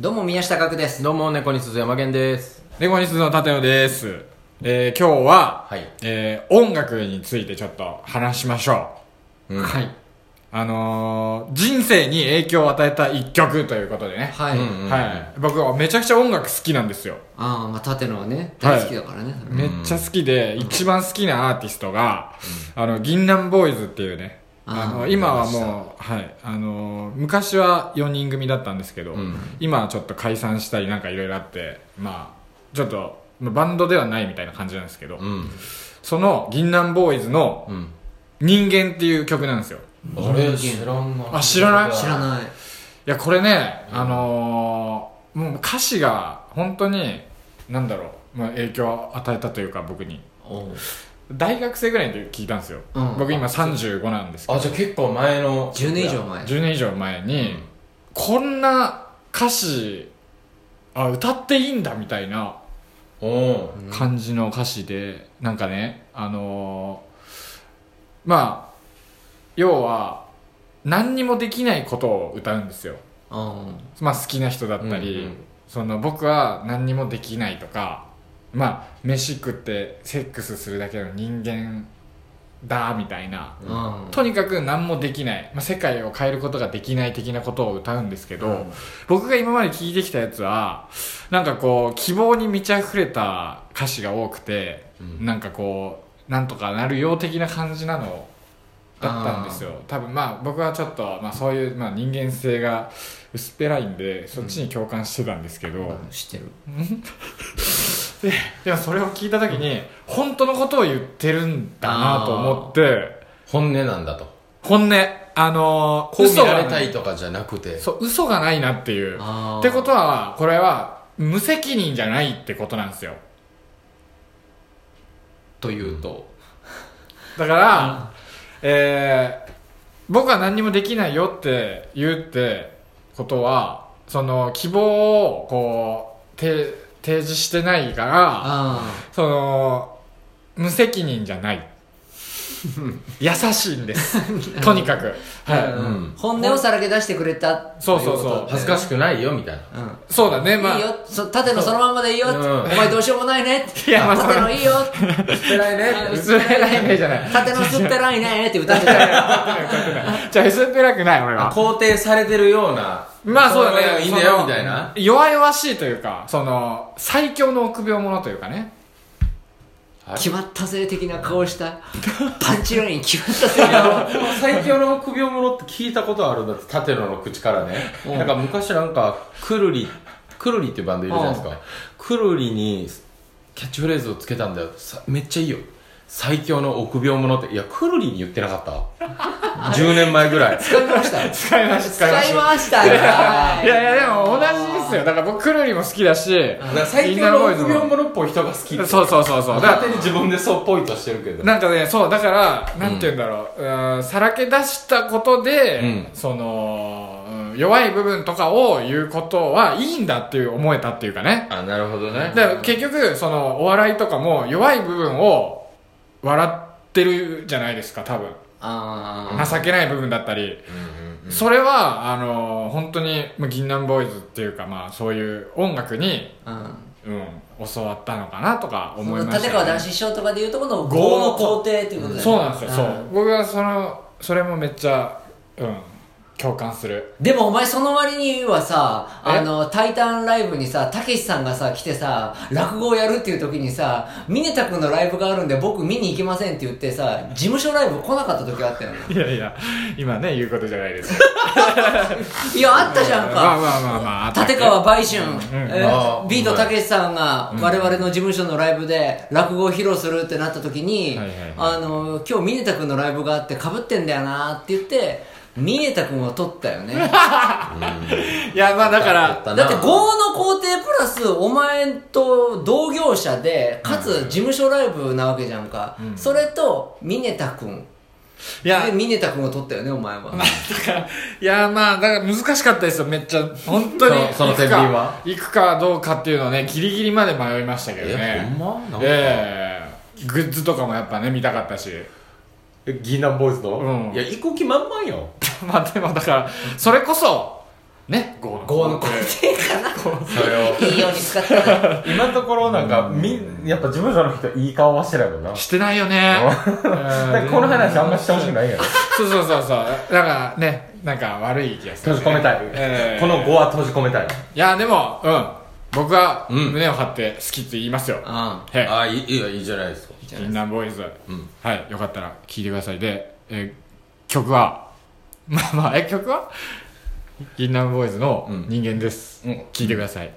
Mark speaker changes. Speaker 1: どうも宮下角です
Speaker 2: どうも猫に鈴山源です
Speaker 3: 猫に鈴の立野です、えー、今日は、
Speaker 2: はい
Speaker 3: えー音楽についてちょっと話しましょ
Speaker 2: うん
Speaker 1: はい
Speaker 3: うんあのー、人生に影響を与えた一曲ということでね、
Speaker 1: はい、
Speaker 2: うんうん
Speaker 3: はい、僕はめちゃくちゃ音楽好きなんですよ、
Speaker 1: ああまあ縦のはね大好きだからね、
Speaker 3: めっちゃ好きで、一番好きなアーティストが、あの銀杏ボーイズっていうねあ
Speaker 1: あ
Speaker 3: の
Speaker 1: ー
Speaker 3: 今はもう、はい、あのー昔は4人組だったんですけど、
Speaker 2: うん
Speaker 3: 今はちょっと解散したりなんかいろいろあってまあちょっとまあバンドではないみたいな感じなんですけど、
Speaker 2: うん
Speaker 3: その銀杏ボーイズの
Speaker 2: うん
Speaker 3: 「人間」っていう曲なんですよ
Speaker 2: あれ知らんな
Speaker 3: あ知らない
Speaker 1: 知らない
Speaker 3: いやこれね、あのーもう歌詞が本当になんだろう、まあ、影響を与えたというか僕に
Speaker 2: おう
Speaker 3: 大学生ぐらいの時聞いたんですよ、
Speaker 1: うん
Speaker 3: 僕今35なんですけ
Speaker 2: あ
Speaker 3: ど
Speaker 2: じゃあ結構前の
Speaker 1: 10年以上前
Speaker 3: 10年以上前に、
Speaker 2: うん
Speaker 3: こんな歌詞あ歌っていいんだみたいな
Speaker 2: おお
Speaker 1: うん
Speaker 3: 感じの歌詞で、なんかねあのーまあ要は何にもできないことを歌うんですよ、
Speaker 1: うん
Speaker 3: まあ、好きな人だったり、
Speaker 2: うんうん
Speaker 3: その僕は何にもできないとかまあ飯食ってセックスするだけの人間だみたいな、
Speaker 1: うんうん
Speaker 3: とにかく何もできない、まあ、世界を変えることができない的なことを歌うんですけど、
Speaker 1: うん
Speaker 3: 僕が今まで聴いてきたやつはなんかこう希望に満ち溢れた歌詞が多くて、
Speaker 2: うん
Speaker 3: なんかこうなんとかなるよう的な感じなのだったんですよ多分まあ僕はちょっと、まあ、そういう、まあ、人間性が薄っぺらいんでそっちに共感してたんですけど、
Speaker 1: 知ってる
Speaker 3: ででもそれを聞いた時に本当のことを言ってるんだなと思って
Speaker 2: 本音なんだと
Speaker 3: 本音あのー
Speaker 2: こう見
Speaker 3: 嘘が
Speaker 2: ら
Speaker 3: な
Speaker 2: れたいとかじゃなくて
Speaker 3: そう嘘がないなっていう
Speaker 1: あー
Speaker 3: ってことはこれは無責任じゃないってことなんですよ
Speaker 2: というと
Speaker 3: だから、えー僕は何にもできないよって言うってことはその希望をこうて提示してないから
Speaker 1: あ
Speaker 3: その無責任じゃない 優しいんですとにかく、
Speaker 1: あ、
Speaker 3: は
Speaker 1: うん
Speaker 2: うん
Speaker 1: 本音をさらけ出してくれた
Speaker 3: い、そうそうそ
Speaker 1: と
Speaker 3: う
Speaker 2: 恥ずかしくないよみたい
Speaker 1: う
Speaker 2: な
Speaker 1: ん
Speaker 3: そうだねまあ
Speaker 1: いいよそ縦のそのまんまでいいよ、
Speaker 2: うん
Speaker 1: お前どうしようもない ね
Speaker 3: いやまあ
Speaker 1: 縦のいいよ
Speaker 2: 捨てない
Speaker 1: あ
Speaker 3: 薄っぺらいねじゃない
Speaker 1: 縦のすっぺらいねって歌ってた よ
Speaker 3: じゃあ薄っぺらくない俺は
Speaker 2: 肯定されてるような
Speaker 3: まあそうだ
Speaker 2: の
Speaker 3: ね。
Speaker 2: いいんだよ
Speaker 3: その
Speaker 2: みたいな。
Speaker 3: 弱々しいというか、その、最強の臆病者というかね。
Speaker 1: 決まったぜ的な顔したパンチライン決まったぜ
Speaker 2: 最強の臆病者って聞いたことあるんだって舘野の口からね
Speaker 1: うん
Speaker 2: なんか昔なんかくるりくるりっていうバンドいるじゃないですかくるりにキャッチフレーズをつけたんだよさめっちゃいいよ最強の臆病者っていやくるりに言ってなかった10年前ぐらい
Speaker 1: 使いました
Speaker 3: 使いました、
Speaker 1: 使い
Speaker 3: し
Speaker 1: ましたね
Speaker 3: た。いやいや、でも同じですよ。だから僕、クルリも好きだし、
Speaker 2: なんか最強の臆病者っぽい人が好きって
Speaker 3: そうそうそうそう。だ
Speaker 2: 勝
Speaker 3: か
Speaker 2: 手に自分でそうポイントしてるけど
Speaker 3: らなんかね、そう、だから、なんて言うんだろう、うーんさらけ出したことで、
Speaker 2: うん
Speaker 3: その、うん弱い部分とかを言うことはいいんだっていう思えたっていうかね。
Speaker 2: あなるほどね
Speaker 3: だから結局、その、お笑いとかも弱い部分を笑ってるじゃないですか、多分。
Speaker 1: あ
Speaker 3: 情けない部分だったり、それはあのー本当にまあ銀杏ボーイズっていうかまあそういう音楽に、
Speaker 1: あ、うん。
Speaker 3: うん、教わったのかなとか
Speaker 1: そ
Speaker 3: 思い
Speaker 1: の
Speaker 3: ました
Speaker 1: 立
Speaker 3: ね、
Speaker 1: 川談志師匠とかでいうとこの
Speaker 3: 業
Speaker 1: 豪の
Speaker 3: の皇
Speaker 1: 皇帝っていうことだよね
Speaker 3: そうなんですよ、そう僕はそのそれもめっちゃ、うん、共感する
Speaker 1: でもお前その割にはさ、
Speaker 3: え
Speaker 1: あの、タイタンライブにさ、たけしさんがさ、来てさ、落語をやるっていう時にさ、ミネタ君のライブがあるんで僕見に行けませんって言ってさ、事務所ライブ来なかった時あったよね。
Speaker 3: いやいや今ね言うことじゃないですよ
Speaker 1: いや、あったじゃん
Speaker 3: まあ
Speaker 1: か。
Speaker 3: まあまあまああ
Speaker 1: 立川売春、え
Speaker 2: あ
Speaker 1: ー
Speaker 2: ー
Speaker 1: ビートたけしさんが我々の事務所のライブで落語を披露するってなった時に、
Speaker 3: はいはいはい
Speaker 1: あの、今日ミネタ君のライブがあって被ってんだよなって言って、ミネタ君を取ったよね。
Speaker 3: いやまあだから
Speaker 2: だ
Speaker 1: だって豪の皇帝プラスお前と同業者でかつ事務所ライブなわけじゃんか、それとミネタ君
Speaker 3: いや
Speaker 1: でミネタ君を取ったよねお前は、
Speaker 3: いやーまあ、だから難しかったですよ、めっちゃ。本当に。
Speaker 2: そのそ
Speaker 3: 行
Speaker 2: の点
Speaker 3: くか
Speaker 2: 瓶は
Speaker 3: 行くかどうかっていうのをね、ギリギリまで迷いましたけど
Speaker 2: え
Speaker 3: ね。
Speaker 2: ほんまなんか
Speaker 3: ええグッズとかもやっぱね、見たかったし。
Speaker 2: え銀杏ボーイズの、
Speaker 3: うん
Speaker 2: いや行く気満々よ
Speaker 3: まあでもだから、それこそ、ね5の
Speaker 1: 5の固定か
Speaker 2: それを
Speaker 1: ないいように使ったな
Speaker 2: 今のところなんかみやっぱ事務所の人いい顔はしてないもんな
Speaker 3: してないよ ね
Speaker 2: だからこの話あんましてほしく
Speaker 3: い
Speaker 2: ないやろ
Speaker 3: そうそうそうそうだからねなんか悪い気がする、
Speaker 2: 閉じ込めたい、
Speaker 3: えー
Speaker 2: この5は閉じ込めたい
Speaker 3: いやでもうん僕は
Speaker 2: うん
Speaker 3: 胸を張って好きって言いますよ、
Speaker 1: うん
Speaker 3: へい
Speaker 2: あいいいいよいいじゃないですか
Speaker 1: じゃ
Speaker 3: 銀杏ボーイズ、
Speaker 2: ん
Speaker 3: はいよかったら聴いてくださいで、えー曲は まあまあえ曲は銀杏ボーイズの
Speaker 2: うん
Speaker 3: 「人間です」聴、
Speaker 2: うん
Speaker 3: いてください、